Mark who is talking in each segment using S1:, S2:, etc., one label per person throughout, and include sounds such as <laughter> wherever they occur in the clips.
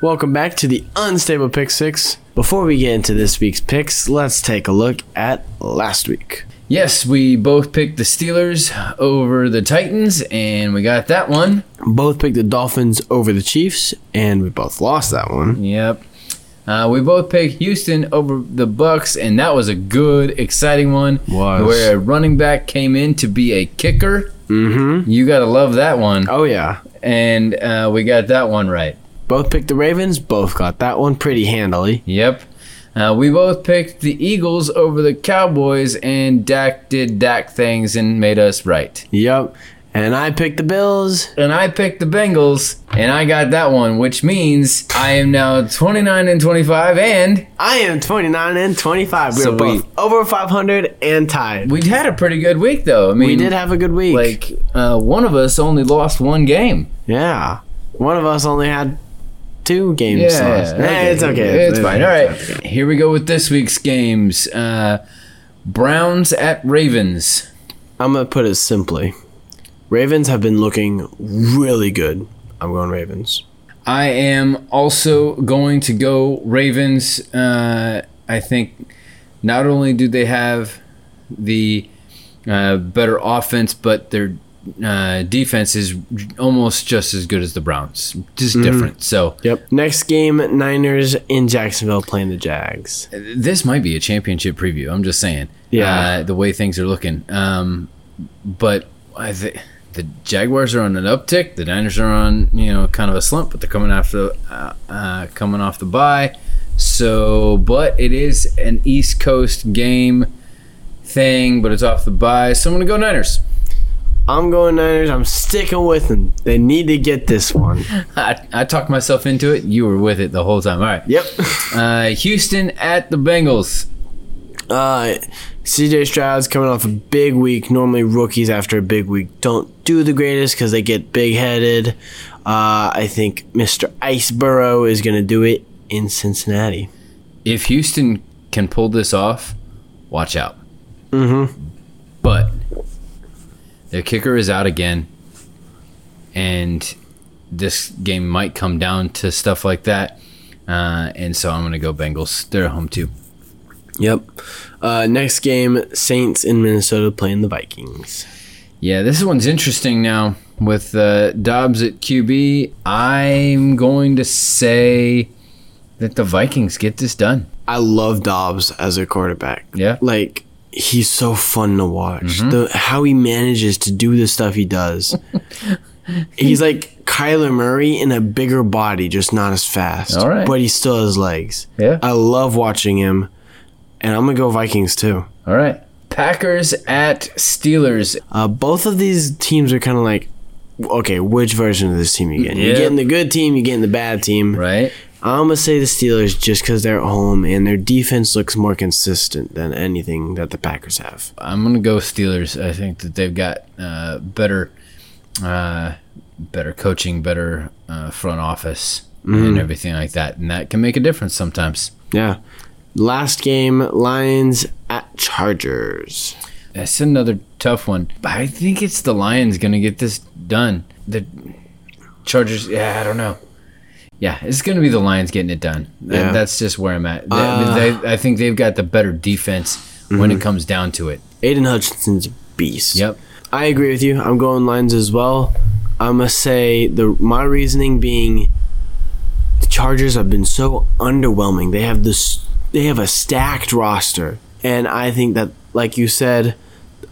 S1: Welcome back to the Unstable Pick Six. Before we get into this week's picks, let's take a look at last week.
S2: Yes, we both picked the Steelers over the Titans, and we got that one.
S1: Both picked the Dolphins over the Chiefs, and we both lost that one.
S2: Yep. Uh, we both picked Houston over the Bucks, and that was a good, exciting one.
S1: Was.
S2: Where a running back came in to be a kicker.
S1: Mm-hmm.
S2: You gotta love that one.
S1: Oh yeah.
S2: And uh, we got that one right.
S1: Both picked the Ravens. Both got that one pretty handily.
S2: Yep. Uh, we both picked the Eagles over the Cowboys, and Dak did Dak things and made us right.
S1: Yep. And I picked the Bills.
S2: and I picked the Bengals, and I got that one, which means I am now 29 and 25, and
S1: I am 29 and 25. We
S2: So
S1: are
S2: we-
S1: both over 500 and tied.
S2: we had a pretty good week, though. I mean,
S1: We did have a good week.
S2: like uh, one of us only lost one game.
S1: yeah. One of us only had two games. lost. Eh, it's okay.
S2: It's fine. All right, here we go with this week's games. Uh, Browns at Ravens.
S1: I'm going to put it simply Ravens have been looking really good. I'm going Ravens.
S2: I am also going to go Ravens. Uh, I think not only do they have the uh, better offense, but their uh, defense is almost just as good as the Browns. Just different. So
S1: Yep. Next game Niners in Jacksonville playing the Jags.
S2: this might be a championship preview. I'm just saying.
S1: Yeah.
S2: Uh, the way things are looking. Um, but I th- the Jaguars are on an uptick. The Niners are on you know kind of a slump, but they're coming after uh, uh, coming off the bye. So, but it is an East Coast game thing, but it's off the bye. So I'm gonna go Niners.
S1: I'm going Niners. I'm sticking with them. They need to get this one.
S2: I, I talked myself into it. You were with it the whole time. All right.
S1: Yep.
S2: Uh, Houston at the Bengals.
S1: <laughs> Uh, CJ Stroud's coming off a big week. Normally, rookies after a big week don't do the greatest because they get big headed. Uh, I think Mr. Iceborough is going to do it in Cincinnati.
S2: if Houston can pull this off, watch out. Mm-hmm. But their kicker is out again, and this game might come down to stuff like that. Uh, and so I'm gonna go Bengals. They're at home too.
S1: Yep. Uh, next game Saints in Minnesota playing the Vikings.
S2: Yeah, this one's interesting now with uh, Dobbs at QB. I'm going to say that the Vikings get this done.
S1: I love Dobbs as a quarterback.
S2: Yeah. Mm-hmm.
S1: Like, he's so fun to watch. The How he manages to do the stuff he
S2: <laughs>
S1: does. he's like Kyler Murray in a bigger body, just not as fast.
S2: All right.
S1: But he still has legs.
S2: Yeah.
S1: I love watching him. And I'm going to go Vikings too.
S2: All right. Packers at Steelers.
S1: Uh, both of these teams are kind of like, okay, which version of this team you getting? You're
S2: Yeah.
S1: getting the good team, you're getting the bad team.
S2: Right.
S1: I'm gonna say the Steelers just because they're at home and their defense looks more consistent than anything that the Packers have.
S2: I'm gonna go Steelers. I think that they've got uh, better, uh, better coaching, better uh, front office, and everything like that, and that can make a difference sometimes.
S1: Yeah. Last game, Lions at Chargers.
S2: That's another tough one. I think it's the Lions gonna get this done. The Chargers, yeah, I don't know. Yeah, it's gonna be the Lions getting it done. That-
S1: Yeah.
S2: That's just where I'm at. They- they- I think they've got the better defense when it comes down to it.
S1: Aiden Hutchinson's a beast.
S2: Yep.
S1: I agree with you. I'm going Lions as well. I must say the my reasoning being the Chargers have been so underwhelming. They have this they have a stacked roster and I think that like you said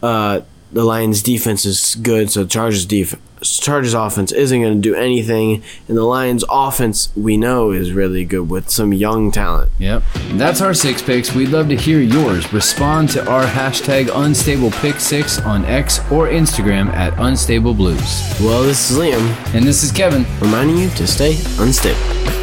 S1: uh, the Lions defense is good so Chargers def- Chargers offense isn't going to do anything and the Lions offense we know is really good with some young talent.
S2: Yep. That's our six picks. We'd love to hear yours. Respond to our hashtag unstable pick six on X or Instagram at unstable blues.
S1: Well, this is Liam
S2: And this is Kevin.
S1: reminding you to stay unstable.